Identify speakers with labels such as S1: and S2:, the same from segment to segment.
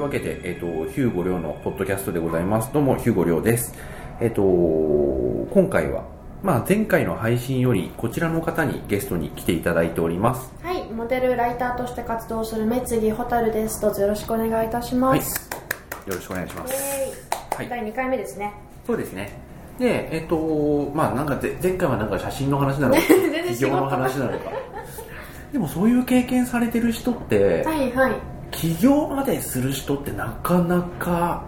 S1: わけで、えっ、と、ヒューゴ亮のポッドキャストでございます。どうも、ヒューゴ亮です。えっ、と、今回は、まあ、前回の配信より、こちらの方にゲストに来ていただいております。
S2: はい、モデルライターとして活動するめつぎほたるです。どうぞよろしくお願いいたし
S1: は
S2: ま
S1: い。よ
S2: す。
S1: ろしくお願いします。
S2: イエーイ
S1: はい
S2: 第2回目ですね。
S1: そうですね。で、えっ、と、まあ、なんかぜ、前回はなんか写真の話 なのか、
S2: 全然
S1: 企
S2: 仕事
S1: 業の話なのか。でも、そういう経験されてる人って、
S2: はいはい。
S1: 起業までする人ってなかなか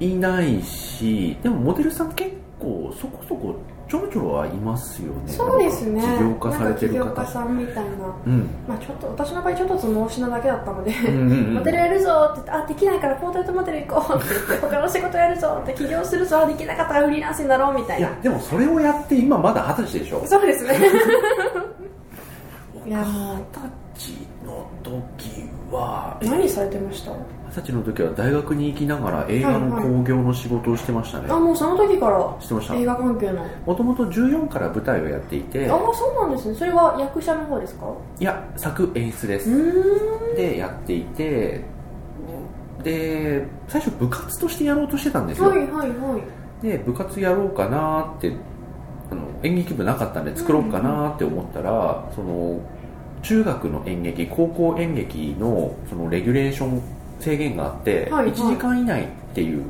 S1: いないしでもモデルさん結構そこそこちょろちょろはいますよね
S2: そうですね。
S1: なんか起業家されてる
S2: なんか起業家
S1: 方
S2: さんみたいな。
S1: うん
S2: まあちょっと、私の場合ちょっとずつ脳死なだけだったので、
S1: うんうんうん
S2: モデルやるぞーって言って、あ、できないからポートレートモデル行こうって言って、他の仕事やるぞーって起業するぞー、できなかったらフリーランスになろうみたい
S1: い
S2: な
S1: や。でもそれをやって今まだ二十歳でしょ
S2: そうですね。いやもう
S1: 二十歳の時はえ
S2: 何されてました
S1: 二十歳の時は大学に行きながら映画の興行の仕事をしてましたね、
S2: あ、もうその時から
S1: してました
S2: 映画関係の。
S1: もともと14から舞台をやっていて
S2: ああそうなんですねそれは役者の方ですか
S1: いや作演出です
S2: うーん
S1: でやっていてで最初部活としてやろうとしてたんですよ、
S2: はいはいはい
S1: で部活やろうかなーってあの演劇部なかったんで作ろうかなーって思ったら、その中学の演劇高校演劇のそのレギュレーション制限があって、
S2: はいはい
S1: 1時間以内っていう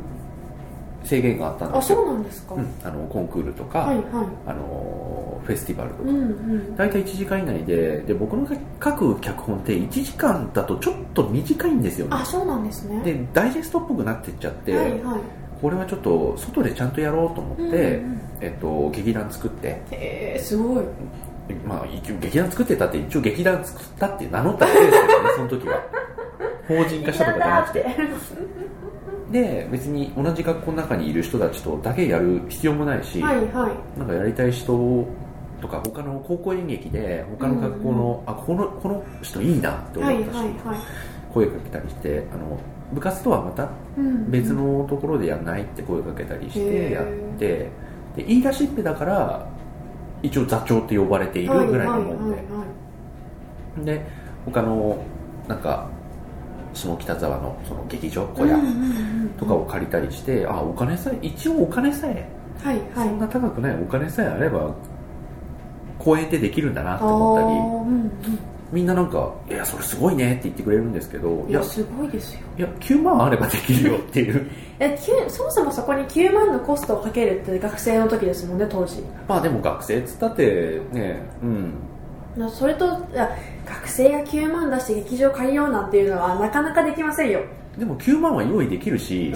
S1: 制限があったんで
S2: あ
S1: すよ
S2: そうなんですか、
S1: うん、あのコンクールとか、
S2: はいは
S1: あのフェスティバルとか
S2: いうんうん
S1: 大体1時間以内でで僕の書く脚本って1時間だとちょっと短いんですよね
S2: あそうなんですね
S1: でダイジェストっぽくなってっちゃって、
S2: はいはい
S1: これはちょっと外でちゃんとやろうと思って、
S2: うんうんうん
S1: えっと、劇団作って、
S2: へえすごい
S1: まあ、一応劇団作ってたって一応劇団作ったって名乗っただけですけど ねその時は法人化したとかじゃなくて
S2: なんだーっ
S1: で別に同じ学校の中にいる人たちとだけやる必要もないし、
S2: てはいはい
S1: なんかやりたい人とか他の高校演劇で他の学校の、あこのこの人いいなって
S2: はい
S1: 思っ
S2: はい
S1: たし、
S2: はい
S1: 声かけたりしてあの部活とはまた
S2: うんうん
S1: 別のところでやんないって声かけたりし
S2: へ
S1: て
S2: ー
S1: やって、で言い出しっぺだから一応座長って呼ばれているぐらいのもんで、
S2: はいはいはい
S1: で他のなんか下北沢のその劇場小
S2: うん
S1: 屋
S2: うんうん
S1: とかを借りたりして、あお金さえ一応お金さえ
S2: はいは
S1: そん
S2: い
S1: な高くないお金さえあれば公演ってできるんだなって
S2: あー
S1: 思ったり
S2: うん
S1: みんななんか「いやそれすごいね」って言ってくれるんですけど
S2: うん
S1: い
S2: い
S1: や
S2: やすごいですよ
S1: いや9万あればできるよっていう
S2: えきゅそもそもそこに9万のコストをかけるって学生の時ですもんね当時
S1: まあでも学生っつったってねうん
S2: なそれといや学生が9万出して劇場借りようなんていうのはなかなかできませんよ
S1: でも9万は用意できる し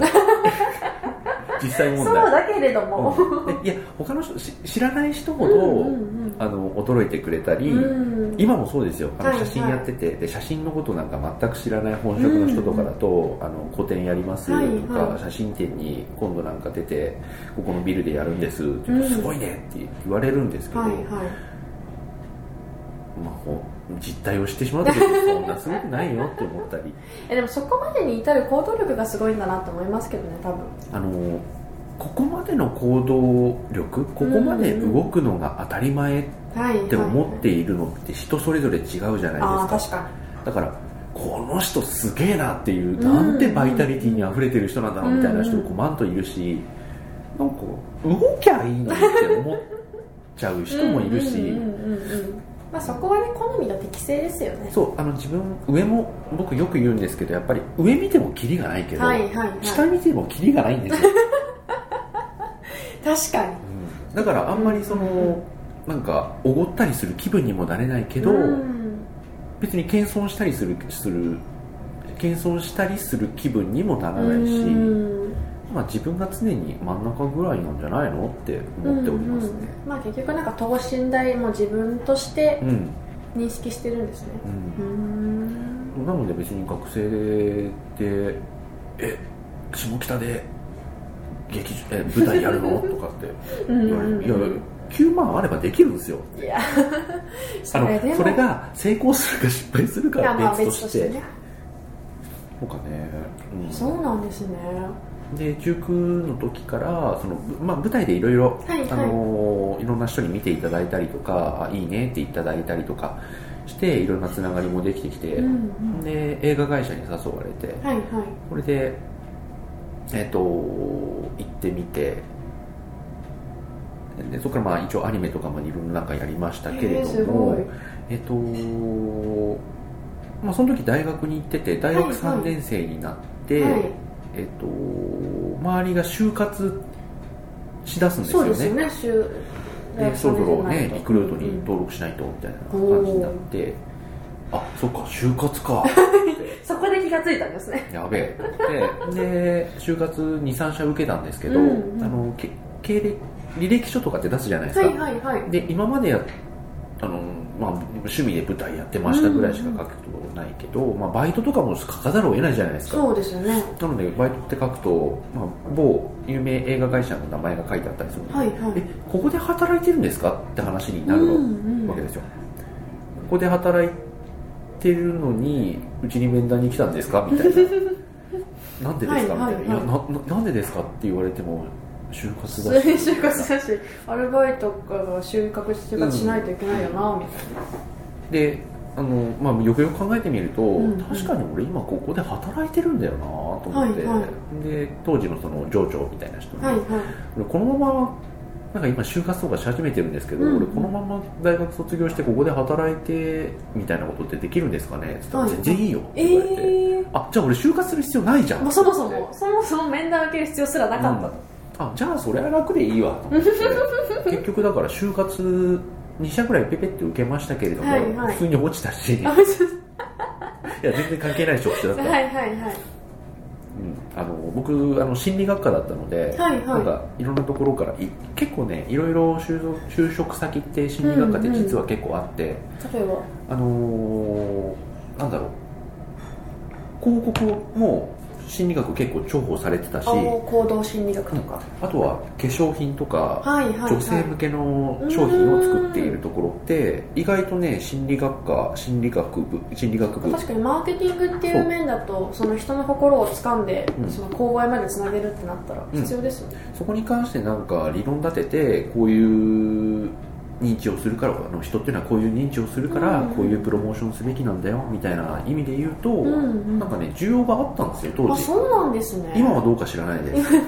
S1: 実際問
S2: そう
S1: 題
S2: だけれども、
S1: うんでいや他の人し知らない人ほ
S2: う
S1: ど、
S2: んうん
S1: あの驚いてくれたり、
S2: うん
S1: 今もそうですよあ
S2: は
S1: の
S2: いは
S1: 写
S2: い
S1: 真やってて、で写真のことなんか全く知らない本職の人とかだと、あの個展やりますとか、
S2: はいはい
S1: 写真展に今度なんか出てここのビルでやるんですって
S2: うん
S1: すごいねって言われるんですけど、
S2: はいは
S1: まあ、こう実態を知ってしまうとそんなすごくないよって思ったり。
S2: いえでもそこまでに至る行動力がすごいんだなと思いますけどね多分
S1: あのここまでの行動力ここまで動くのが当たり前っ
S2: はい
S1: て思って
S2: い
S1: いるのって人それぞれ違うじゃないです
S2: ああ
S1: か
S2: 確か
S1: だからこの人すげえなっていう
S2: うん
S1: なんてバイタリティにあふれてる人なんだろうみたいな人
S2: うん
S1: こうマンといるしなんか動きゃいいのにって思っちゃう
S2: に
S1: 人もいる
S2: う
S1: し
S2: んうんうんうんうんまあ、そこはね好みの適性ですよね
S1: そうあの自分上も僕よく言うんですけどやっぱり上見てもキリがないけど
S2: はいはいはい
S1: 下見てもキリがないんですよ
S2: 確かに
S1: だからあんまりそのなんかおごったりする気分にもなれないけど、
S2: うん
S1: 別に謙遜したりするする謙遜したりする気分にもならないし、
S2: うん
S1: まあ、自分が常に真ん中ぐらいなんじゃないのって思っておりますね
S2: うんうんまあ結局なんか等身大も自分として
S1: うん、
S2: 認識してるんですね
S1: う
S2: うー
S1: ん
S2: ん
S1: なので別に学生でえ下北で劇場え舞台やるのとかって言われるいや9万あればできるんですよ
S2: いやそ
S1: あの
S2: れでも
S1: それが成功するか失敗するか
S2: いやま
S1: は
S2: あ
S1: 別と
S2: 別と
S1: し
S2: して
S1: て
S2: ね
S1: そうかね、うん
S2: そうなんですね
S1: で19の時からその、まあ、舞台でいろいろ
S2: はいはい
S1: あのーいろんな人に見ていただいたりとかあいいねっていただいたりとかしていろんなつながりもできてきて、
S2: うん
S1: で映画会社に誘われて
S2: はいはい
S1: これでえっ、と行ってみてでそこからまあ一応アニメとかもいろんな中やりましたけれ
S2: えーす
S1: ど
S2: ご
S1: も
S2: い
S1: えっ、とまあその時大学に行ってて大
S2: はい
S1: 学
S2: はい
S1: 3年生になって、
S2: はい
S1: えっ、と周りが就活しだすんですよ
S2: そう
S1: ね
S2: ですよね週
S1: でそろそろねリクルート
S2: う
S1: に
S2: ん
S1: 登録しないとみたいな感じになって、あそっか就活 か
S2: そこで気がついたんですね
S1: やべえと思ってで就活23社受けたんですけど、
S2: うんうん
S1: あのけ経歴履歴書とかって出すじゃないです
S2: は
S1: か、
S2: いはいはい
S1: で今までやあの、まあ、趣味で舞台やってましたぐらいしか書くことないけど、まあ、バイトとかも書かざるを得ないじゃないですか
S2: そうですよね
S1: なのでバイトって書くと、まあ、某有名映画会社の名前が書いてあったりするので、
S2: はいはい
S1: えここで働いてるんですかって話になる
S2: うんうん
S1: わけですよ、ここで働いてるのにうちに面談に来たんですか みたいななんでですかみたいな、
S2: はい
S1: い
S2: はいはい
S1: やなななんでですかって言われても就
S2: 普
S1: 活だ
S2: 通に
S1: し
S2: 就活だしアルバイトから就活就活しないといけないよな、みたいな
S1: であの、まあ、よくよく考えてみると、
S2: んうん
S1: 確かに俺今ここで働いてるんだよなと思って、
S2: はいは
S1: で当時のその上長みたいな人に、
S2: はいはい
S1: 俺このままなんか今就活とかし始めてるんですけど、
S2: うん
S1: 俺このまま大学卒業してここで働いてみたいなことってできるんですかねって言ったら
S2: はい
S1: 全然いいよって言われて、
S2: ええ
S1: あじゃあ俺就活する必要ないじゃん
S2: まあ、そもそもそもそも面談受ける必要すらなかったと、
S1: あじゃあそれは楽でいいわと 思って結局だから就活2社ぐらいペペって受けましたけれども、
S2: はいはい
S1: 普通に落ちたしいや
S2: あちょっ
S1: 全然関係 ない職種だっ
S2: と
S1: た、
S2: はいはいはい
S1: うん、あの僕あの心理学科だったので、
S2: はいはい
S1: なんかいろんなところからい結構ねいろいろ就職就職先って心理学科って実は結構あって、
S2: 例えば
S1: あのーなんだろう広告も心理学結構重宝されてたし、
S2: 青行動心理学とか、
S1: あとは化粧品とか
S2: はいはいはい
S1: 女性向けの商品を作っているところって意外とね心理学科心理学部心理学部
S2: 確かにマーケティングっていう面だとその人の心を掴んで、
S1: うん
S2: その購買までつなげるってなったら必要ですよね、
S1: そこに関してなんか理論立ててこういう認知をするからあの人っていうのはこういう認知をするから
S2: うん
S1: こういうプロモーションすべきなんだよみたいな意味で言うと、
S2: うんうん
S1: なんかね需要があったんですよ当時
S2: あそうなんですね
S1: 今はどうか知らない です、うん、っ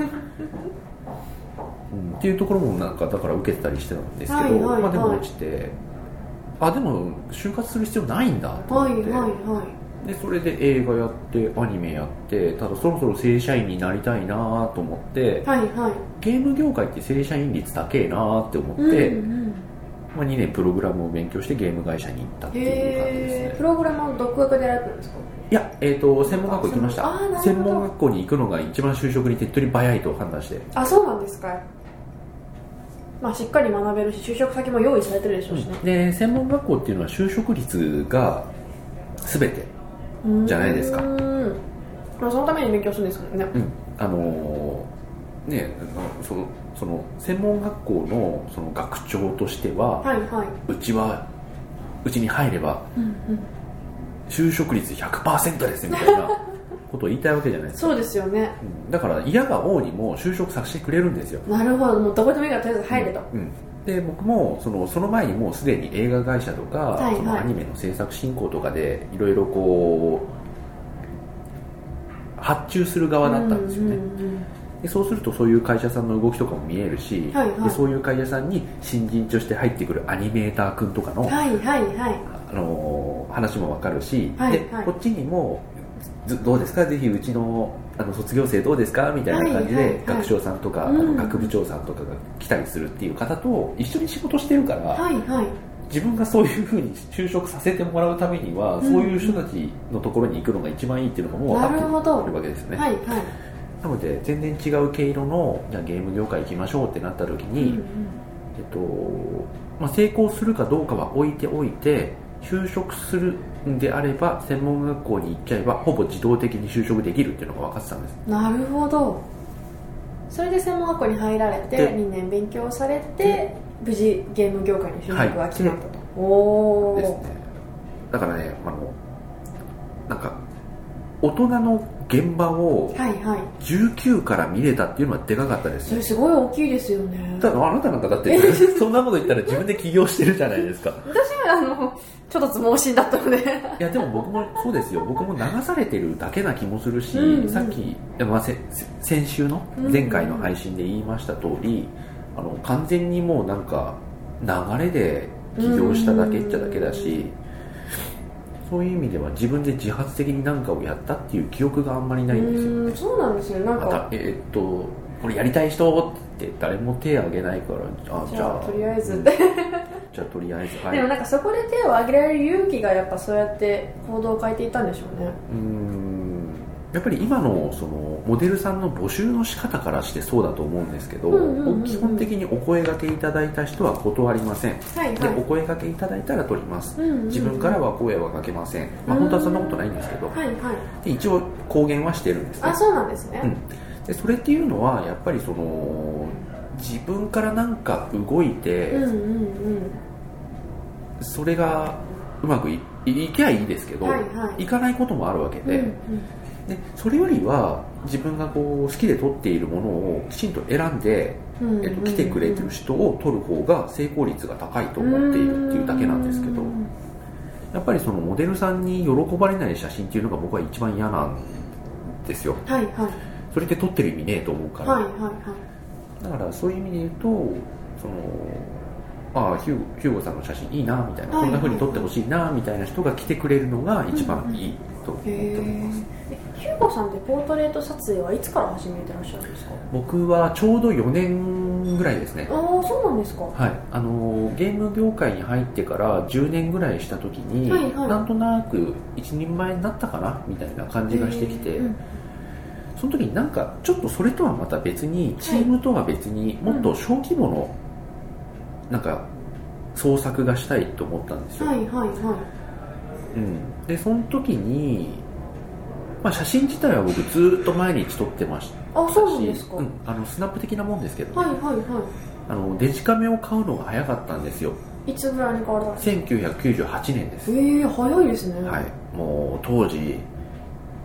S1: ていうところもなんかだから受けてたりしてたんですけど、
S2: はいはいはい
S1: まあ、でも落ちてあでも就活する必要ないんだと
S2: はい
S1: 思っ
S2: は
S1: て、
S2: いは
S1: でそれで映画やってアニメやってただそろそろ正社員になりたいなと思って
S2: いはいはい
S1: ゲーム業界って正社員率高えなって思って、
S2: うんうん、
S1: まあ、2年プログラムを勉強してゲーム会社に行ったっていう感じです
S2: へえ
S1: ね
S2: プログラマーの独学でやられてるんですか
S1: いや、えー、と専門学校行きまし
S2: あーなるほ
S1: た
S2: ど
S1: 専門学校に行くのが一番就職に手っ取り早いと判断して
S2: あそうなんですかまあしっかり学べるし就職先も用意されてるでしょうしね、
S1: で専門学校っていうのは就職率が全て、
S2: うん
S1: じゃないですか
S2: うんまあそのために勉強するんですもんね
S1: うんあのーねあのそのその専門学校のその学長としては、
S2: はいはいう
S1: ちはうちに入れば
S2: うんうん
S1: 就職率100%ですみたいなことを言いたいわけじゃないですか
S2: そうですよね
S1: うんだから嫌が王にも就職させてくれるんですよ
S2: なるほどもうどこでもいいからとりあえず入れと、
S1: うん、で僕もそのその前にもうすでに映画会社とか、
S2: いはい
S1: そのアニメの制作進行とかでいろいろこう発注する側だったんですよね、
S2: うんうんうん
S1: でそうするとそういう会社さんの動きとかも見えるし、
S2: はいはい
S1: でそういう会社さんに新人として入ってくるアニメーター君とかの、
S2: はいはいはい
S1: あのー話もわかるし、
S2: はい
S1: で
S2: はい
S1: こっちにもずどうですかぜひうちのあの卒業生どうですかみたいな感じで、
S2: はいはいはい
S1: 学長さんとか、
S2: うん
S1: あの学部長さんとかが来たりするっていう方と一緒に仕事してるから、
S2: はいはい
S1: 自分がそういうふうに就職させてもらうためには、
S2: ん
S1: そういう人たちのところに行くのが一番いいっていうのがもう分
S2: なるほ
S1: か
S2: ど
S1: ってるわけですよね、
S2: はいはい
S1: なので全然違う毛色のじゃあゲーム業界行きましょうってなった時に、えっとまあ、成功するかどうかは置いておいて就職するんであれば専門学校に行っちゃえばほぼ自動的に就職できるっていうのが分かってたんです
S2: なるほどそれで専門学校に入られて
S1: で
S2: 2年勉強されて無事ゲーム業界に就職が決まったと、お
S1: です
S2: お
S1: ねだからねあのなんか大人の現場を
S2: はいはい
S1: 19から見れたっていうのはでかかったです
S2: そ
S1: よ
S2: れすごい大きいですよね
S1: ただあなたなんかだって そんなこと言ったら自分で起業してるじゃないですか
S2: 私はあのちょっと相撲心だったので
S1: いやでも僕もそうですよ僕も流されてるだけな気もするし、
S2: うんうん
S1: さっき、まあ、せせ先週の
S2: うん
S1: 前回の配信で言いました通り、あの完全にもうなんか流れで起業しただけっちゃだけだし、そういう意味では自分で自発的に何かをやったっていう記憶があんまりないんですよ、
S2: うんそうなんですよなん
S1: また
S2: か
S1: えーっとこれやりたい人って誰も手挙げないからあ
S2: じ
S1: じ
S2: ゃ
S1: ゃ
S2: あ
S1: あ
S2: とりあえず
S1: うんじゃあとりあえずはい
S2: でもなんかそこで手を挙げられる勇気がやっぱそうやって行動を変えていたんでしょうね
S1: うーんやっぱり今のそのモデルさんの募集の仕方からしてそうだと思うんですけど、
S2: うんうんうん
S1: 基本的にお声がけいただいた人は断りません、
S2: はい
S1: でお声がけいただいたら取ります、
S2: うんうん
S1: 自分からは声はかけません、まあ、
S2: うん
S1: 本当はそんなことないんですけど、
S2: はいはい
S1: で一応公言はしてるんですね
S2: あそうなんですね、
S1: うん、でそれっていうのはやっぱりその自分からなんか動いて、
S2: うんうん
S1: それがうまくいいいけばいいですけど、
S2: はいはい
S1: かないこともあるわけ
S2: うんう
S1: で、
S2: ん
S1: でそれよりは自分がこう好きで撮っているものをきちんと選んで、
S2: うんうん
S1: えっと、来てくれてる人を撮る方が成功率が高いと思っているっていうだけなんですけど
S2: うん
S1: やっぱりそのモデルさんに喜ばれない写真っていうのが僕は一番嫌なんですよ
S2: はいはい
S1: それって撮ってる意味ねえと思うから、
S2: はいはいはい
S1: だからそういう意味で言うとそのああヒューゴヒューゴさんの写真いいなみたいな、
S2: はい
S1: こんな風に撮ってほしいなみたいな人が来てくれるのが一番いいと思っ
S2: へ
S1: ております、
S2: えヒューゴさんってポートレート撮影はいつから始めてらっしゃるんですか
S1: 僕はちょうど4年ぐらいですね
S2: ああそうなんですかは
S1: はい、あのーゲーム業界に入ってから10年ぐらいした時に、
S2: はいはい
S1: なんとなく一人前になったかなみたいな感じがしてきて、その時になんかちょっとそれとはまた別にチームとは別にもっと小規模の、なんか創作がしたいと思ったんですよ、
S2: はいはいは
S1: うん、でその時に、まあ、写真自体は僕ずっと毎日撮ってましたし
S2: いあそうなんですか、
S1: うんあのスナップ的なもんですけど、
S2: はいはいは
S1: あのデジカメを買うのが早かったんですよ
S2: いいつぐらいに変われたんですか
S1: 1998年です、
S2: ええ早いですね
S1: はい、もう当時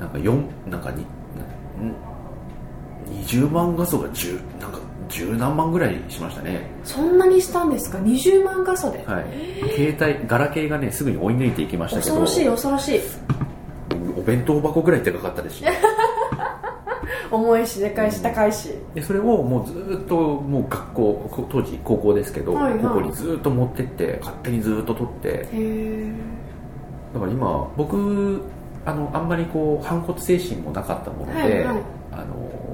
S1: なんか4なんかになん20万画素が10なんか10何万ぐらいしましたね、
S2: そんなにしたんですか20万画素で、
S1: はい、携帯ガラケーがねすぐに追い抜いていきましたけ
S2: 恐
S1: ど
S2: ろしい恐ろしい
S1: お弁当箱ぐらいでかかったです し
S2: 重いしでかいし高いし、
S1: でそれをもうずーっともう学校こ当時高校ですけど、
S2: はいはい
S1: ここにずーっと持ってって勝手にずーっと撮って
S2: へ
S1: だから今僕あのあんまりこう反骨精神もなかったもので、
S2: はいはい
S1: あの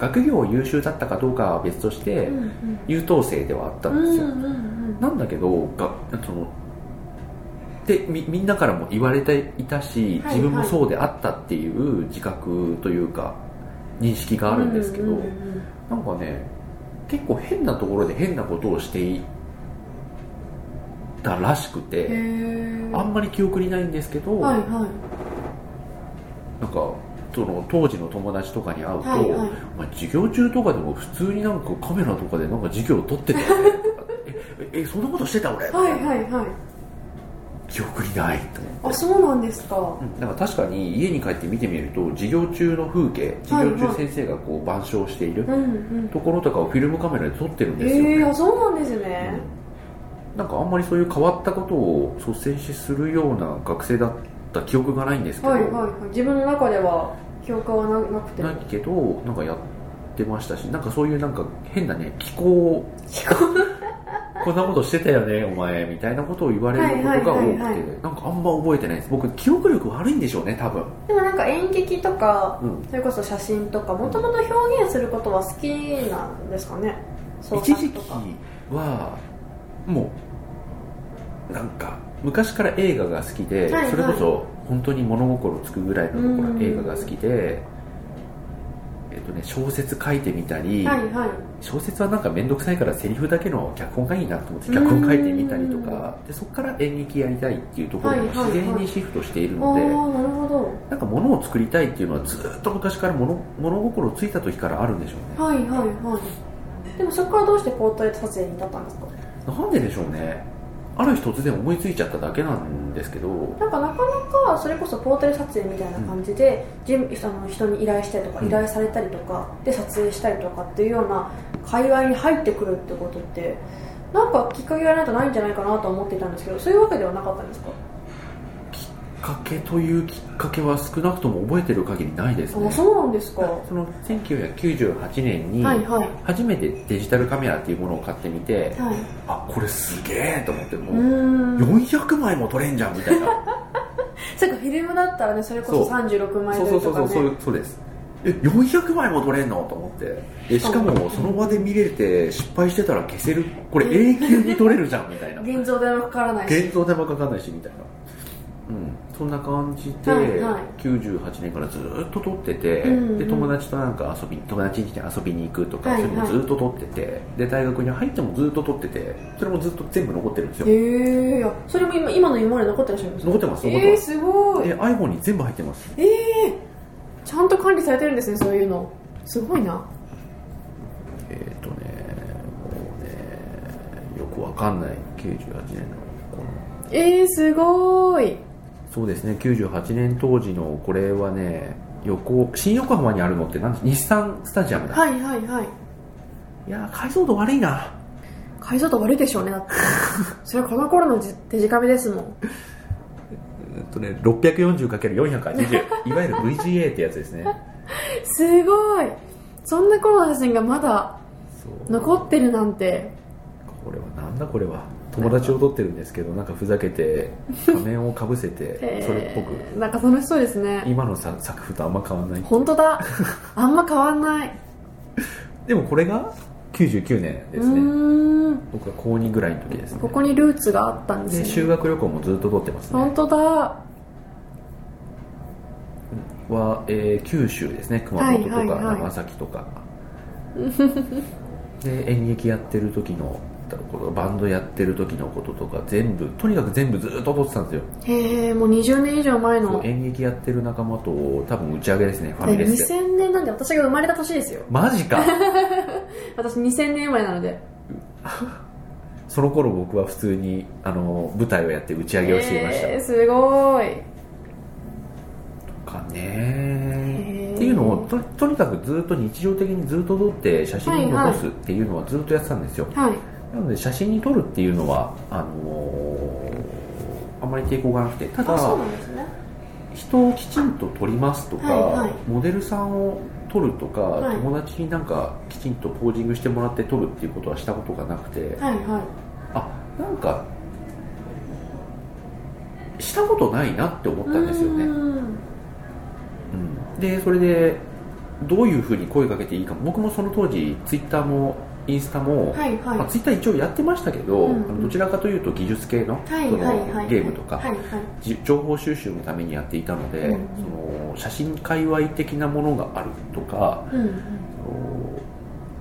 S1: 学業優秀だったかどうかは別として、
S2: えうん
S1: 優等生ではあった
S2: うん
S1: んですよ、
S2: うんうん
S1: なんだけどがそのでみみんなからも言われていたし、
S2: はいはい
S1: 自分もそうであったっていう自覚というか認識があるんですけど、
S2: うんうんうん
S1: なんかね結構変なところで変なことをしていたらしくて、
S2: へえ
S1: あんまり記憶にないんですけど、
S2: はいはい
S1: なんかその当時の友達とかに会うと、
S2: はいはい
S1: お前授業中とかでも普通になんかカメラとかでなんか授業を撮ってたよねえええそんなことしてた俺、
S2: はいはいはい
S1: 記憶にないと思って
S2: あそうなんですか
S1: うんなんか確かに家に帰って見てみると授業中の風景授業中先生がこう板書をしている
S2: うんうん
S1: ところとかをフィルムカメラで撮ってるんですよ
S2: へ
S1: ね、
S2: えあそうなんですね、
S1: うんなんかあんまりそういう変わったことを率先しするような学生だった記憶がないんですけど、
S2: はいはいはい自分の中では記憶はななくて
S1: ないけどなんかやってましたしなんかそういうなんか変なね気候
S2: 気候
S1: こんなことしてたよねお前みたいなことを言われることが多くて、
S2: はいはいはいは
S1: なんかあんま覚えてないです僕記憶力悪いんでしょうね多分、
S2: でもなんか演劇とか
S1: うん、
S2: それこそ写真とかもともと表現することは好きなんですかね創
S1: 一
S2: 作
S1: 時期
S2: とか
S1: はもうなんか昔から映画が好きで、
S2: はいはい
S1: それこそ本当に物心つくぐらいの頃
S2: うん
S1: 映画が好きで、えっとね、小説書いてみたり、
S2: はいはい
S1: 小説はなんか面倒くさいからセリフだけの脚本がいいなと思って脚本書いてみたりとかでそこから演劇やりたいっていうところに
S2: はいはいはい
S1: 自然にシフトしている
S2: あ
S1: ので、
S2: あなるほど
S1: なんか物を作りたいっていうのはずっと昔から物物心ついた時からあるんでしょうね
S2: はいはいはいでもそこからどうしてポートレート撮影に至ったんですか
S1: なんででしょうねある日突然思いついちゃっただけなんですけど
S2: なんかなかなかそれこそポータル撮影みたいな感じで、じんあの人に依頼したりとか
S1: うん
S2: 依頼されたりとかで撮影したりとかっていうような界隈に入ってくるってことってなんかきっかけがないとないんじゃないかなと思っていたんですけどそういうわけではなかったんですか
S1: きっかけというきっかけは少なくとも覚えてる限りないですね
S2: あそうなんですかは
S1: その1998年
S2: い
S1: に
S2: はいは
S1: 初めてデジタルカメラっていうものを買ってみて、
S2: い
S1: あこれすげえと思っても
S2: う
S1: う
S2: ーん
S1: 400枚も撮れんじゃんみたいな
S2: そっかフィルムだったらねそれこそ
S1: そう
S2: 36枚
S1: そうそう
S2: 撮り
S1: そ
S2: と
S1: う
S2: か
S1: そうそう
S2: ね
S1: いうそうですえ400枚も撮れんのと思ってでしかもその場で見れて失敗してたら消せるこれ永久に撮れるじゃんみた いな
S2: 現像代もかからないし
S1: 現像手間かかんないしみたいなうんそんな感じで、
S2: はいはい
S1: 98年からずっと撮ってて、
S2: うんうん
S1: で友達となんか遊び友達に来て遊びに行くとか、
S2: はい
S1: それもずっと撮っててで大学に入ってもずっと撮っててそれもずっと全部残ってるんですよ
S2: へえそれも今今の今まで残ってらっしゃるんですか
S1: 残ってます残って
S2: えー、
S1: ます、
S2: すごい
S1: で iPhone に全部入ってます
S2: ええちゃんと管理されてるんですねそういうのすごいな
S1: えっ、とね、もうね、よくわかんない、98年のこの、
S2: えー、すごい
S1: そうですね、98年当時の、これはね、横、新横浜にあるのってなん日産スタジアムだ。
S2: はいはいはい
S1: いやー、解像度悪いな。
S2: 解像度悪いでしょうねだって それはこの頃のじデジカメですもん
S1: えっとね、640×480、いわゆる VGA ってやつですね。
S2: すごいそんな頃の写真がまだ
S1: そう
S2: 残ってるなんて
S1: これはなんだこれは。友達を撮ってるんですけど、なんかふざけて、仮面をかぶせて、
S2: えー
S1: それっぽく。
S2: なんか楽しそうですね
S1: 今のさ作風とあんま変わんない。
S2: 本当 だあんま変わんない
S1: でもこれが99年で
S2: う
S1: すね。
S2: ーん
S1: 僕は高2ぐらいの時ですね
S2: ここにルーツがあったん
S1: で
S2: です
S1: 修
S2: ね
S1: 学旅行もずっと撮ってますね
S2: 本当だ
S1: は、えー九州ですね熊本とか
S2: はいはいはい
S1: 長崎とか、で演劇やってる時のこのバンドやってる時のこととか全部とにかく全部ずっと撮ってたんですよ
S2: へえもう20年以上前
S1: そ
S2: の
S1: う演劇やってる仲間と多分打ち上げですねファミレスで
S2: 2000年なんで私が生まれた年ですよ
S1: マジか
S2: 私2000年生まれなので
S1: その頃僕は普通にあの舞台をやって打ち上げをしていました、
S2: えーすごい
S1: かね
S2: ー
S1: っていうのをととにかくずっと日常的にずっと撮って写真に残すっていうのはずっとやってたんですよ、
S2: はい
S1: なので写真に撮るっていうのはあのーあまり抵抗がなくてた
S2: あそ
S1: だ
S2: うなんですね
S1: 人をきちんと撮りますとか、
S2: はいはい
S1: モデルさんを撮るとか、
S2: はい
S1: 友達になんかきちんとポージングしてもらって撮るっていうことはしたことがなくて、
S2: はいは
S1: あなんかしたことないなって思
S2: い
S1: ったんですよね
S2: うーん
S1: うんでそれでどういうふうに声かけていいかも僕もその当時ツイッターもインスタも、
S2: はいはい
S1: まあ、ツイッター一応やってましたけど、
S2: うんうん
S1: あのどちらかというと技術系の,、
S2: はい
S1: そ
S2: はいはい
S1: のゲームとか、
S2: はいはい
S1: じ情報収集のためにやっていたので、
S2: うんうん
S1: その写真界隈的なものがあるとか
S2: うん
S1: その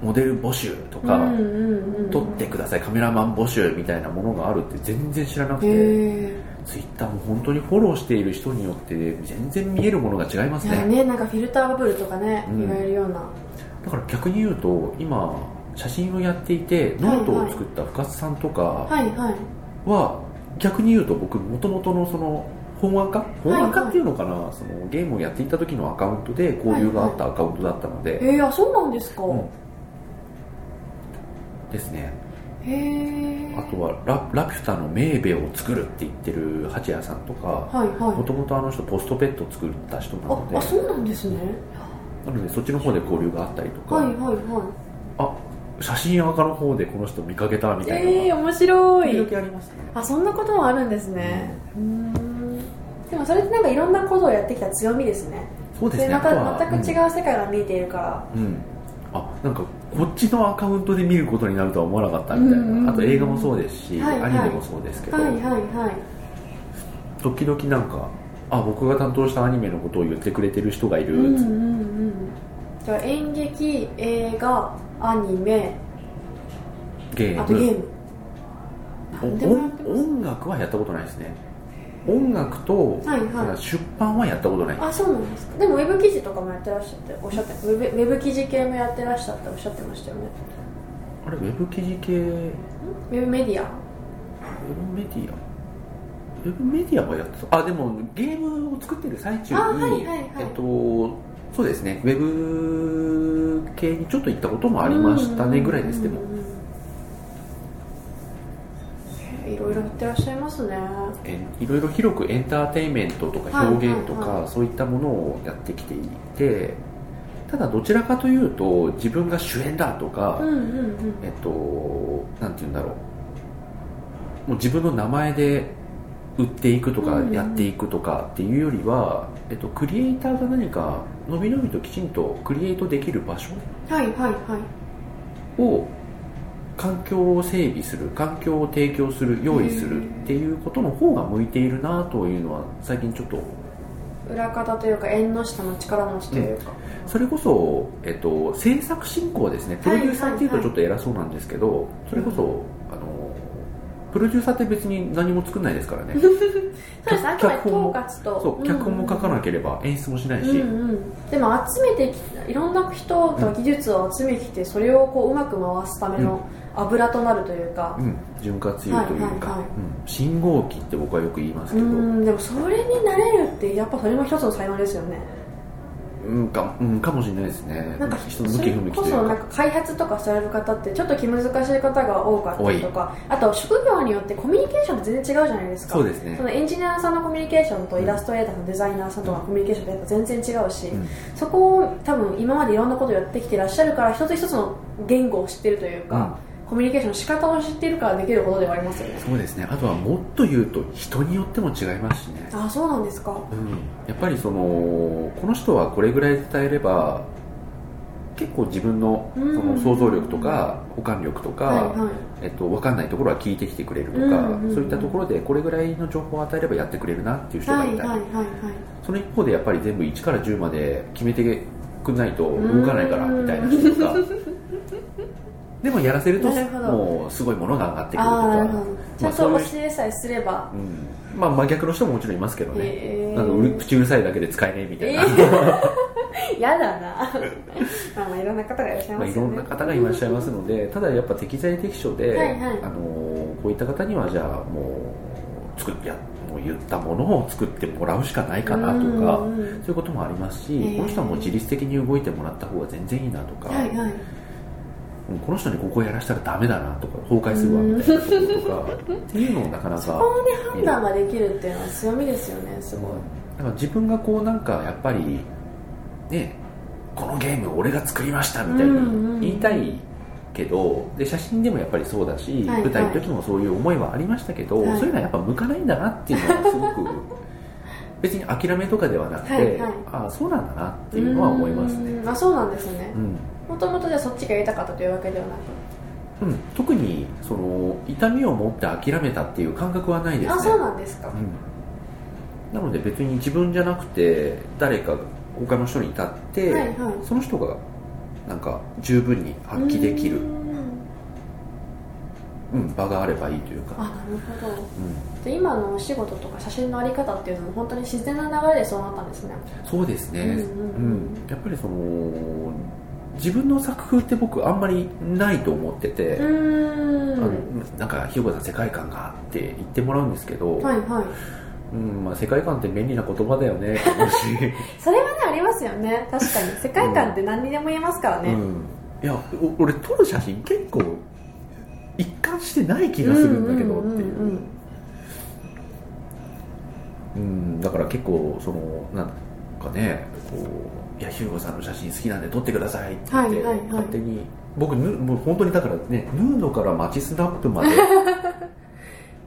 S1: モデル募集とか、
S2: うんうんうん
S1: 撮ってくださいカメラマン募集みたいなものがあるって全然知らなく
S2: へ
S1: て
S2: え
S1: ツイッターも本当にフォローしている人によって全然見えるものが違います
S2: いや
S1: ね
S2: ねなんかフィルターバブルとかね
S1: うん
S2: 言われるような
S1: だから逆に言うと今写真をやっていてノートを作った深津さんとか
S2: はいはい
S1: は逆に言うと僕もともとのその本アカ本アカっていうのかな、そのゲームをやっていた時のアカウントで交流があったアカウントだったので、
S2: えー、あそうなんですか
S1: うんですね
S2: へえ
S1: あとはラ「ラピュタのメーベを作る」って言ってる蜂谷さんとか
S2: はい
S1: も
S2: は
S1: ともとあの人ポストペット作った人なの
S2: い
S1: で
S2: ああそうなんですね
S1: なのでそっちの方で交流があったりとか、
S2: はいはいは
S1: あ写真アカの方でこの人見かけたみ
S2: い
S1: たいなのが
S2: えー、面白い
S1: 々ありますね
S2: あそんなこともあるんですねうんでもそれってなんかいろんなことをやってきた強みですね
S1: そうですね
S2: ま
S1: あとは
S2: た全く違う世界が見えているから、
S1: うん、うんあなんかこっちのアカウントで見ることになるとは思わなかったみたいな、
S2: うんうんうん
S1: あと映画もそうですし、
S2: はいはい
S1: アニメもそうですけど、
S2: はいはいはい
S1: 時々なんかあ僕が担当したアニメのことを言ってくれてる人がいる、
S2: うんうんうんじゃあ演劇映画アニメ
S1: ゲーム
S2: あとゲーム
S1: お
S2: 何でもやっ
S1: お
S2: てます
S1: 音楽はやったことないですね音楽と、
S2: はいはい
S1: ただ出版はやったことない
S2: あそうなんですかでもウェブ記事とかもやってらっしゃっておっしゃってウェブウェブ記事系もやってらっしゃっておっしゃってましたよね
S1: あれウェブ記事系
S2: ウェブメディア
S1: ウェブメディアウェブメディアはやってたあでもゲームを作ってる最中に、
S2: あはいはいはい
S1: えっとそうですねウェブ系にちょっと行ったこともありましたねぐらいですでも
S2: うんうんうんへえいろいろやってらっしゃいますね
S1: えいろいろ広くエンターテインメントとか表現とか、
S2: はいはいは
S1: そういったものをやってきていてただどちらかというと自分が主演だとか、
S2: うんうんうん
S1: えっとなんて言うんだろうもう自分の名前で売っていくとか
S2: うん
S1: やっていくとかっていうよりは、えっと、クリエイターが何かのびのびときちんとクリエイトできる場所
S2: はいはいはい
S1: を環境を整備する環境を提供する用意するっていうことの方が向いているなというのは最近ちょっと
S2: 裏方というか縁の下の力持ちというか、
S1: それこそ、えっと、制作進行ですねプロデューサーっていうと
S2: はい
S1: ち
S2: は
S1: ょっと偉そうなんですけど、それこそあのプロデューサーって別に何も作んないですからね
S2: そうですねあくまで
S1: 脚本
S2: 統
S1: も
S2: 括と
S1: そう脚本も書かなければ演出もしないし、
S2: うんうん、でも集めてきたいろんな人と技術を集めてきてそれをこううまく回すための油となるというか、
S1: うん潤滑油というか、
S2: はいはいはい
S1: うん信号機って僕はよく言います
S2: う
S1: けど、
S2: んでもそれになれるってやっぱそれも一つの才能ですよね
S1: うんかうん、かもしれないですね
S2: なんか
S1: 人の向
S2: そ
S1: き
S2: れ
S1: 不向き
S2: こと
S1: いう
S2: そな
S1: か
S2: んか開発とかされる方ってちょっと気難しい方が多かったりとかあと職業によってコミュニケーションって全然違うじゃないですか
S1: そうですね
S2: そのエンジニアさんのコミュニケーションとイラストレーターのデザイナーさんとのコミュニケーションってやっぱ全然違うし、
S1: ん
S2: そこを多分今までいろんなことをやってきてらっしゃるから一つ一つの言語を知ってるというか、コミュニケーションの仕方を知っているからできることではありますよね
S1: そうですねあとはもっと言うと人によっても違いますしね
S2: ああそうなんですか
S1: うん、やっぱりそのこの人はこれぐらい伝えれば結構自分のそ
S2: うん
S1: の想像力とか補完力とか、
S2: はいはい
S1: えっと、分かんないところは聞いてきてくれるとか、
S2: うんうんうん
S1: そういったところでこれぐらいの情報を与えればやってくれるなっていう人
S2: は
S1: がい
S2: い
S1: た
S2: はい
S1: り、
S2: はいはい
S1: その一方でやっぱり全部1から10まで決めてくんないと動かないからみたいな人と かでもやらせると
S2: なるほど
S1: もうすごいものが上がってくると
S2: ああなる
S1: か
S2: ほどち
S1: まあ
S2: ゃんと
S1: そう
S2: 教
S1: いう
S2: えさえすれば
S1: うんまあ、真逆の人ももちろんいますけどね
S2: へえ
S1: なんかうる口うるさいだけで使えねえみたいな、
S2: えーやだ なまあまあいろんな方がいらっし
S1: ま
S2: ゃい
S1: あ、
S2: ま
S1: い
S2: すよ
S1: ろ
S2: ね、
S1: んな方がいらっしゃいますので、ただやっぱ適材適所で、
S2: はいはい
S1: あのーこういった方にはじゃあもう作っやもう言ったものを作ってもらうしかないかなとか、
S2: うんう
S1: そ
S2: ん
S1: ういうこともありますし、
S2: ええ
S1: この人はもう自律的に動いてもらった方が全然いいなとか、
S2: はいはい
S1: うんこの人にここやらしたらダメだなとか崩壊するわみたいなこととかっていうのをなかな
S2: そ
S1: か
S2: こで判断ができるっていうのは強みですよねすごい
S1: だから自分がこうなんかやっぱりねこのゲーム俺が作りましたみたい
S2: うんうん
S1: に言いたいけど、で写真でもやっぱりそうだし、
S2: はいはい
S1: 舞台の時もそういう思いはありましたけど、
S2: はい
S1: そういうのはやっぱ向かないんだなっていうのはすご く別に諦めとかではなくて、
S2: はいはい
S1: ああそうなんだなっていうのは思いますね
S2: うんあそうなんですね
S1: うん、
S2: もともとじゃあそっちがやりたかったというわけではなく
S1: うん、特にその痛みを持って諦めたっていう感覚はないですね
S2: あそうなんですか
S1: うんなので別に自分じゃなくて誰か他の人に至って、
S2: はいはい
S1: その人がなんか十分に発揮できる
S2: う、ん
S1: うん、場があればいいというか、
S2: あなるほど
S1: うん、
S2: で今のお仕事とか写真のあり方っていうのも本当に自然な流れでそうなったんですね
S1: そうですね、
S2: うんうんうん
S1: やっぱりその自分の作風って僕あんまりないと思ってて、
S2: うー
S1: あの
S2: ん
S1: なんかひよこさん世界観がって言ってもらうんですけど、
S2: はいはい
S1: うんまあ、世界観って便利な言葉だよねって思うし
S2: それはねありますよね確かに世界観って何にでも言えますからね、
S1: うん、いやお俺撮る写真結構一貫してない気がするんだけどっていう,、
S2: ん
S1: うん
S2: んんん
S1: だから結構そのなんかねこう「いやヒューゴさんの写真好きなんで撮ってください」って言って、
S2: はいはいはい
S1: 勝手に僕ぬもう本当にだからねヌードからマチスナップまで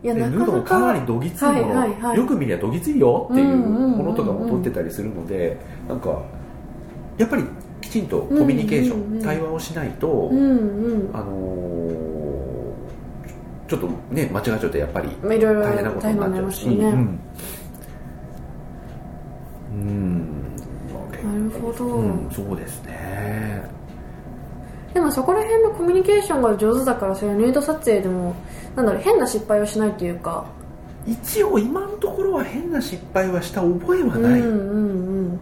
S2: いや
S1: で
S2: な
S1: ヌード
S2: かな
S1: もかな
S2: か
S1: りどぎついもの、
S2: はいはいはい
S1: よく見りゃどぎついよっていう
S2: うんうんうんうん
S1: ものとかも撮ってたりするので、なんかやっぱりきちんとコミュニケーション、
S2: うんうんうん
S1: 対話をしないと、
S2: うんうん
S1: あのーちょちょっとね間違えちゃうとやっぱり
S2: まあいろいろ
S1: 大変なことになっちゃうし、うん、うん
S2: なるほど、
S1: うん、そうですね
S2: でもそこら辺のコミュニケーションが上手だからそういうヌード撮影でもなんだろう変な失敗をしないというか
S1: 一応今のところは変な失敗はした覚えはない、
S2: うんうんうん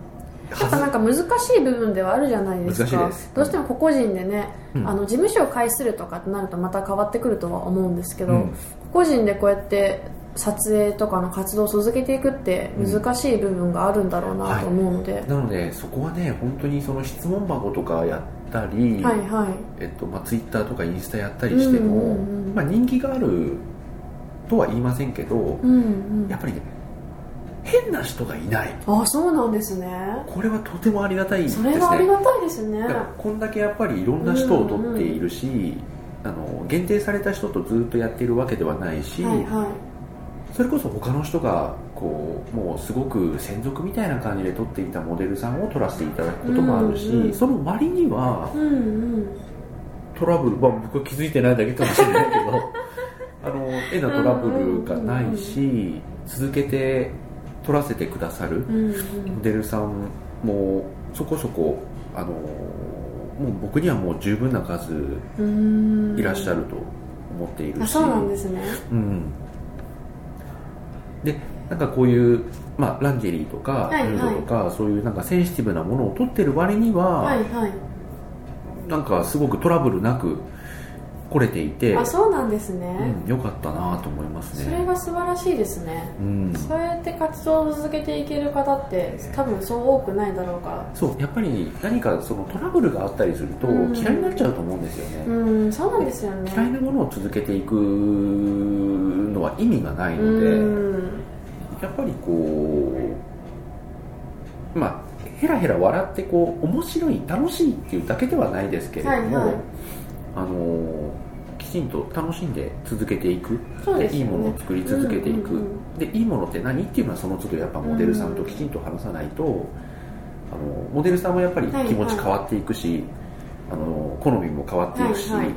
S2: やっぱなんか難しい部分ではあるじゃないですか
S1: 難しいです
S2: どうしても個々人でね、
S1: うん
S2: あの事務所を介するとかってなるとまた変わってくるとは思うんですけど、
S1: うん
S2: 個々人でこうやって撮影とかの活動を続けていくって難しい部分があるんだろうなと思うので、
S1: なのでそこはね本当にその質問箱とかやったり、
S2: はいはい
S1: えっとまあ、ツイッターとかインスタやったりしても、
S2: うんうんうん
S1: まあ、人気があるとは言いませんけど、
S2: うんうん
S1: やっぱりね変な人がいない
S2: あそうなんですね
S1: これはとてもありがたいです
S2: そ
S1: ね
S2: れはありがたいですね
S1: だからこんだけやっぱりいろんな人を撮っているし、あの限定された人とずっとやっているわけではないし、
S2: はいは
S1: それこそ他の人がこうもうすごく専属みたいな感じで撮っていたモデルさんを撮らせていただくこともあるし、
S2: うんうん
S1: その割にはい
S2: うんうん
S1: トラブル、まあ、僕は気づいてないだけかもしれないけど あの変なトラブルがないし、続けて撮らせてくださる
S2: うんうん
S1: モデルさんもそこそこあのもう僕にはもう十分な数
S2: うん
S1: いらっしゃると思っているし、
S2: あそうなんですね
S1: うんでなんかこういう、まあ、ランジェリーとか
S2: はいはい
S1: ヌードとか、そういうなんかセンシティブなものを取ってる割には、
S2: はいはい
S1: なんかすごくトラブルなく来れていて、
S2: あそうなんですね、
S1: うん、よかったなと思います
S2: それ
S1: ね。
S2: は素晴らしいですね
S1: うん
S2: そうやって活動を続けていける方って多分そう多くないだろうか
S1: そうやっぱり何かそのトラブルがあったりすると
S2: うん
S1: 嫌いになっちゃうと思うんですよね、
S2: らうんそうなんですよね
S1: 嫌いなものを続けていくのは意味がないので、
S2: うん
S1: やっぱりこうまあヘラヘラ笑ってこう面白い楽しいっていうだけではないですけれども、
S2: はいはい
S1: あのきちんと楽しんで続けていく
S2: そうですよね
S1: いいものを作り続けていく、
S2: うんうん
S1: でいいものって何っていうのはその都度やっぱモデルさんときちんと話さないと、あのモデルさんもやっぱり気持ち変わっていくし、あの好みも変わっていくし、
S2: はいは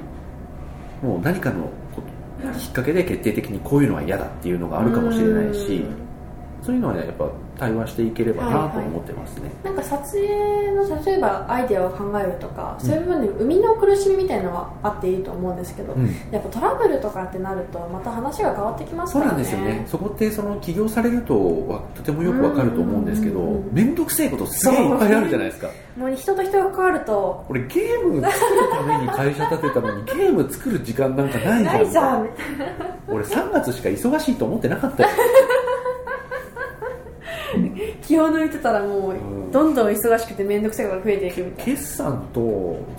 S1: もう何かのこときっかけで決定的にこういうのは嫌だっていうのがあるかもしれないし、
S2: うん
S1: そういうのはねやっぱ対話していければ
S2: はい
S1: な
S2: はい
S1: と思ってますね、
S2: なんか撮影の例えばアイデアを考えるとか、そういう部分で生みの苦しみみたいなのはあっていいと思うんですけど、
S1: うん
S2: やっぱトラブルとかってなるとまた話が変わってきます
S1: そ
S2: か
S1: う
S2: ら
S1: なん
S2: ね
S1: ですよねそこってその起業されるとはとてもよくわかると思うんですけど
S2: うんうんうん
S1: 面倒くせえことすげえいっぱいあるじゃないですか
S2: もう人と人が関わると
S1: 俺ゲーム作るために会社立てたのにゲーム作る時間なんかないじゃん
S2: ないじゃんみたい
S1: 俺3月しか忙しいと思ってなかったよ
S2: な気を抜いてたらも
S1: ん
S2: うどんどん忙しくて面倒くさいことが増えていくみたいな
S1: 決算と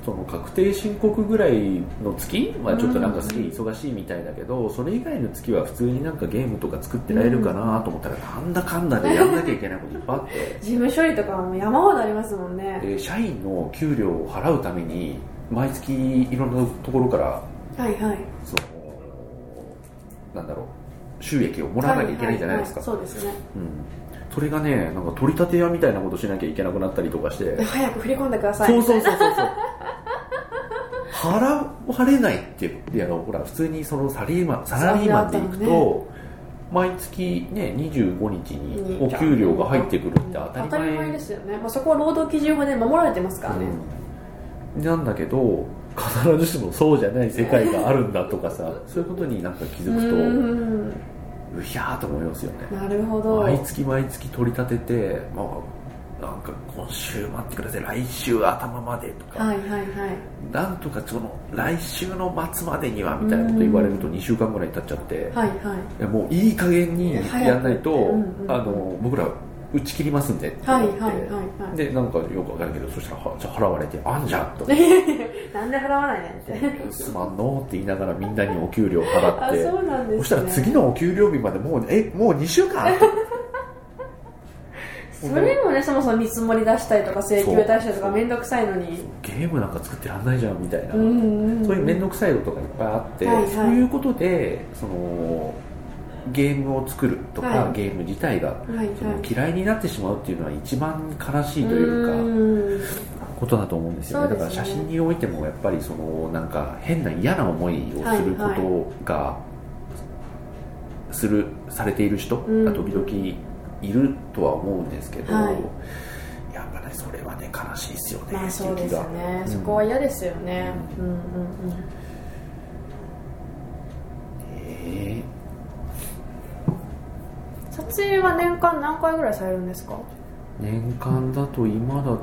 S1: その確定申告ぐらいの月はちょっとなんかすげえ忙しいみたいだけど、それ以外の月は普通になんかゲームとか作ってられるかなと思ったら、なんだかんだでやんなきゃいけないこといっぱいあって
S2: 事務処理とかはもう山ほどありますもんね
S1: で社員の給料を払うために毎月いろんなところから
S2: はいはい
S1: そのなんだろう収益をもらわなきゃいけないじゃないですか、
S2: はははいそうですね
S1: うん、それがねなんか取り立て屋みたいなことしなきゃいけなくなったりとかして、
S2: で早く振り込んでください
S1: そうそうそうそうそう払われないっていやほら普通にそのサラリーマンサラリーマンで行く
S2: そうだった
S1: と、毎月ね25日にお
S2: に
S1: 給料が入ってくるって当たり前
S2: 当たり前ですよね、まあ、そこは労働基準法で守られてますからね、
S1: うんなんだけど必ずしもそうじゃない世界があるんだとかさそういうことになんか気づくとう
S2: ーん
S1: ひゃーと思いますよね
S2: なるほど
S1: 毎月毎月取り立てて、まあ、なんか今週待ってください来週頭までとか、
S2: はいはいはい
S1: なんとかその来週の末までにはみたいなこと言われると2週間ぐらい経っちゃって、
S2: はいは
S1: い
S2: い
S1: やもういい加減にやんないと、
S2: 早くうんうん
S1: あの僕ら打ち切りますんでって言
S2: は
S1: っ
S2: い
S1: て、
S2: はいはいはい
S1: でなんかよくわからんけどそしたらはじゃあ払われてあんじゃんと
S2: なんで払わないねんって
S1: すまんのって言いながらみんなにお給料払
S2: あ
S1: っ
S2: そ
S1: て
S2: うなんですね
S1: そしたら次のお給料日までもうえもう2週間
S2: それもねそもそも見積もり出したりとか請求出したりと
S1: そ
S2: か
S1: う
S2: 面倒くさいのに
S1: ゲームなんか作ってらんないじゃんみたいな、
S2: うんうんうん
S1: そういう面倒くさいことがいっぱいあって、
S2: はいはい
S1: そういうことでそのゲームを作るとか、
S2: はい
S1: ゲーム自体が
S2: はいはい
S1: その嫌いになってしまうっていうのは一番悲しいというか、
S2: う
S1: ことだと思うんですよね
S2: そうで
S1: だ
S2: す
S1: か
S2: ね
S1: ら写真においてもやっぱりそのなんか変な嫌な思いをすることが、するされている人が時々いるとは思うんですけど、
S2: うんは
S1: やっぱねそれはね悲しいですよね、
S2: ーんまあそうです
S1: 時
S2: ね
S1: うん
S2: そこは嫌ですよねうんうんうん
S1: 期がえ
S2: 撮影は年間何回ぐらいされるんですか
S1: ー年間だと今だと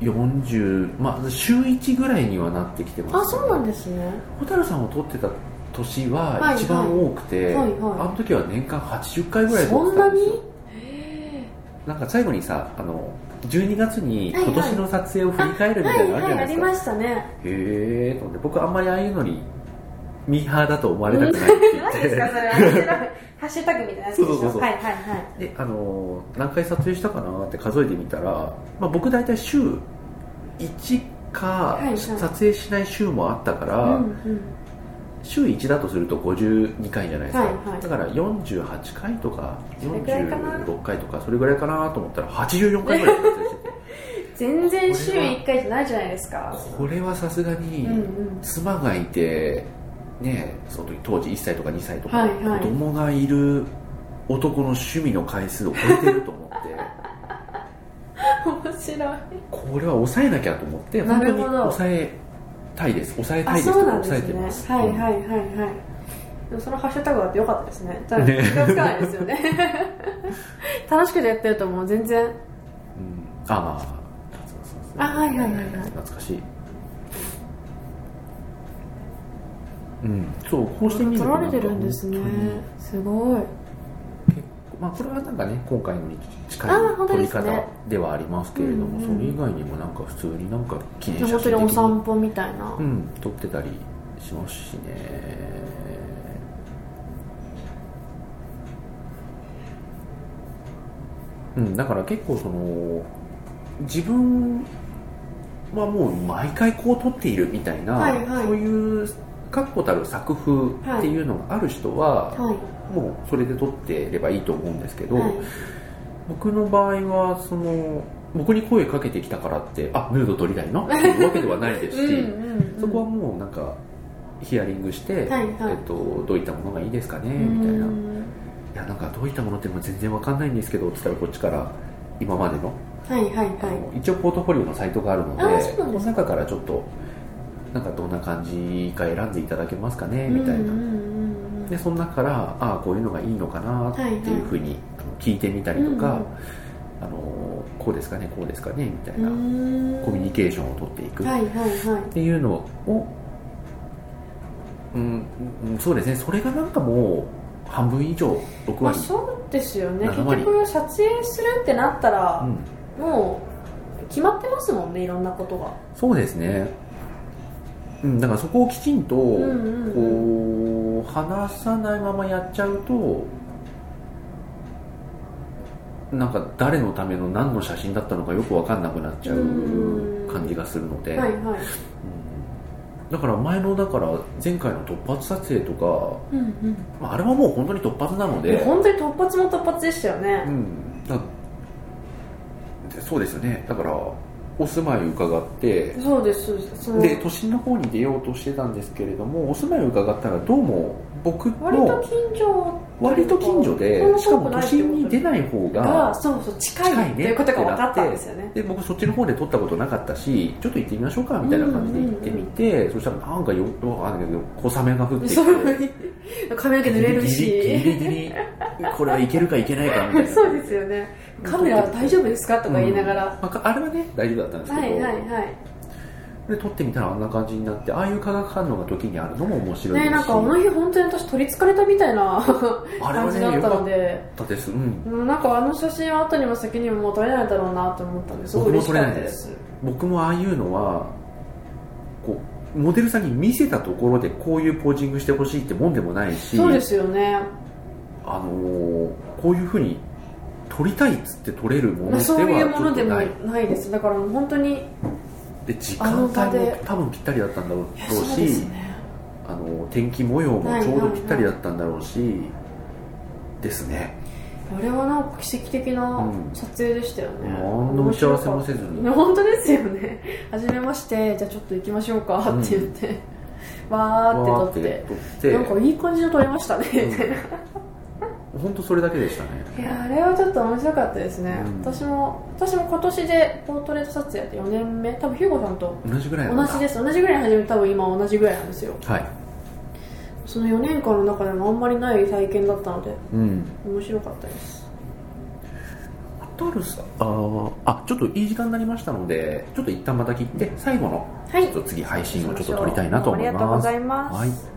S1: 40まあ週1ぐらいにはなってきてます、
S2: あそうなんですね
S1: 蛍さんを取ってた年
S2: はい
S1: は一番多くて、
S2: はいはい
S1: あの時は年間80回ぐらい取っ
S2: そ
S1: て
S2: ん
S1: た
S2: なん
S1: ですよ
S2: にへ
S1: なんか最後にさあの12月に
S2: はいは
S1: 今
S2: い
S1: 年の撮影を振り返る
S2: え
S1: みた
S2: はい
S1: な
S2: い
S1: のあ
S2: は
S1: るじゃ
S2: いあ
S1: ないで
S2: り
S1: すか、
S2: ましたね
S1: へえと思って僕あんまりああいうのにミーハーだと思われたくないって言っ
S2: 何
S1: て
S2: ですかそれ面白いハッシュタグみたいなやつで
S1: そう
S2: し
S1: そうそうそう
S2: ょはいはいはい
S1: であのー何回撮影したかなって数えてみたら、まあ、僕大体週1か、
S2: はいはい
S1: 撮影しない週もあったから、
S2: うんうん
S1: 週1だとすると52回じゃないですか、
S2: はいはい
S1: だから48回とか
S2: それくらいかな
S1: 46回とかそれぐらいかなと思ったら84回ぐらい撮影してて
S2: 全然週1回じゃないじゃないですか
S1: これはさすがに
S2: うんうん
S1: 妻がいて、ね、その時当時1歳とか2歳とか、
S2: はいはい
S1: 子供がいる男の趣味の回数を超えてると思って。
S2: 面白い
S1: これは抑えなきゃと思って
S2: な
S1: 本当
S2: る
S1: に
S2: ほど
S1: 抑えたいです抑えたい
S2: あ
S1: です
S2: そうなんです
S1: 抑えてま
S2: ね
S1: す
S2: はいはいはいはいでもそのハッシュタグがあってよかったですねただ気
S1: ね
S2: がつかないですよね 楽しくてやってるともう全然
S1: うんあまあそうそうそう
S2: あはいはいはいはい
S1: 懐かしいうんそうこうしてみる
S2: 取
S1: と
S2: られてるんですね
S1: なんか本
S2: すご
S1: 当
S2: い
S1: に結構まあこれはなんかね今回のに近い
S2: あー本当
S1: 撮
S2: で
S1: り
S2: すね
S1: 方ではありますけれども、
S2: うんうん
S1: それ以外にもなんか普通になんか記念写真
S2: 本当
S1: 的
S2: にお
S1: に
S2: 散歩みたいな、
S1: うん、撮ってたりしますしね。うん、だから結構その自分はもう毎回こう撮っているみたいな、
S2: はいはい
S1: そういう確固たる作風っていうのがある人は、
S2: はい
S1: もうそれで撮ってればいいと思うんですけど、
S2: はい
S1: 僕の場合はその僕に声かけてきたからってあヌード撮りたいのっていうわけではないですし、
S2: うん
S1: そこはもうなんかヒアリングして、
S2: はいはい
S1: えっと、どういったものがいいですかね
S2: う
S1: み
S2: ん
S1: たいな「いやなんかどういったものってもう全然わかんないんですけど」って言ったらこっちから今までの,、
S2: はいはい
S1: あ
S2: は
S1: の一応ポートフォリオのサイトがあるので
S2: あーそう
S1: こ
S2: なんで
S1: の
S2: す
S1: 中からちょっとなんかどんな感じか選んでいただけますかね
S2: い
S1: みたいな。
S2: うんうんうん
S1: でその中からああこういうのがいいのかなっていうふうにあの聞いてみたりとか、
S2: うんうん
S1: あのこうですかねこうですかねみたいうな、
S2: ん
S1: コミュニケーションを取っていく
S2: は
S1: っ
S2: いはいはい
S1: ていうのを、うんうん、そうですねそれがなんかもう半分以上6
S2: まあ、
S1: 割、
S2: そうですよね結
S1: 7割
S2: 局撮影するってなったら
S1: う、ん、
S2: もう決まってますもんねいろんなことが
S1: そうですね、うん、だからそこをきちんと、
S2: うんうんうん
S1: こう話さないままやっちゃうとなんか誰のための何の写真だったのかよく分かんなくなっちゃう
S2: うん
S1: 感じがするので、
S2: はいはい
S1: うんだから前のだから前回の突発撮影とか、
S2: うんうん
S1: まあ、あれはもう本当に突発なので、
S2: 本当に突発も突発でしたよね、
S1: うん、だでそうですよねだからお住まい伺って
S2: そうですそうですその
S1: で都心の方に出ようとしてたんですけれどもお住まいを伺ったらどうも僕
S2: 割と
S1: の
S2: 近所
S1: 割と近所で
S2: そんな
S1: しか
S2: 遠く
S1: も
S2: な
S1: 都
S2: い
S1: 心に出
S2: い
S1: ない方
S2: が
S1: が
S2: そうそう近い
S1: 近いね
S2: っていうことが分かったんですよね
S1: で僕そっちの方で撮ったことなかったしちょっと行ってみましょうかみたいな感じで行ってみて、そしたらなんかよくわかんないけど小雨が降ってき
S2: そう
S1: て
S2: 髪の毛濡
S1: ギ
S2: れる
S1: リギ
S2: し
S1: リギリ ギリこれはいけるかいけないかみたいな
S2: そうですよねカメラ大丈夫ですかとか言いながら、
S1: まあ、あれはね大丈夫だったんですけ
S2: は
S1: ど、
S2: いはいはい
S1: で撮ってみたらあんな感じになってああいう化学反応が時にあるのも面白いですし、
S2: ねなんかあの日本当に私取りつかれたみたいな
S1: あれ
S2: 感
S1: は
S2: じ
S1: ね
S2: だっ
S1: 良
S2: た
S1: か
S2: の
S1: っ
S2: で
S1: たですうん
S2: うんなんかあの写真は後にも先にももう撮れないだろうなと思ったんですごい
S1: 僕も
S2: 嬉し
S1: 撮れ
S2: か
S1: な
S2: っ
S1: い
S2: た
S1: で
S2: です
S1: す僕もああいうのはこうモデルさんに見せたところでこういうポージングしてほしいってもんでもないし
S2: そうですよね、
S1: あのーこういうふうに撮りたいっつって撮れるもの
S2: まあ、
S1: では
S2: そういうも
S1: ちょ
S2: の
S1: っ
S2: で
S1: と
S2: も
S1: ない
S2: ないですだからもう本当にい
S1: で時間帯
S2: あの場
S1: も
S2: で
S1: 多分ぴったりだったんだろ
S2: や
S1: う
S2: そう
S1: し
S2: ですね
S1: あの天気模様もちょうどぴったりだったんだろうし、ですね
S2: あれはなんか奇跡的な
S1: うん
S2: 撮影でしたよね、
S1: 何の打ち合わせもせずに
S2: ね本当ですよね初めましてじゃあちょっと行きましょうかって言って、わーって撮って
S1: 撮っ
S2: なんかいい感じで撮れましたね、
S1: 本当それだけでしたね
S2: いやあれはちょっと面白かったですね、
S1: うん
S2: 私も私も今年でポートレート撮影やって4年目多分ヒューゴさんと
S1: 同じぐらいなん
S2: 同
S1: だ
S2: じです同じぐらいに始めて多分今同じぐらいなんですよ
S1: はい
S2: その4年間の中でもあんまりない体験だったので
S1: うん
S2: 面白かったです
S1: タルさんあーあちょっといい時間になりましたのでちょっと一旦また切って最後の
S2: はい
S1: ちょっと次配信をちょっと撮りたいなと思い
S2: ありがとうご
S1: ます
S2: ざいます、
S1: はい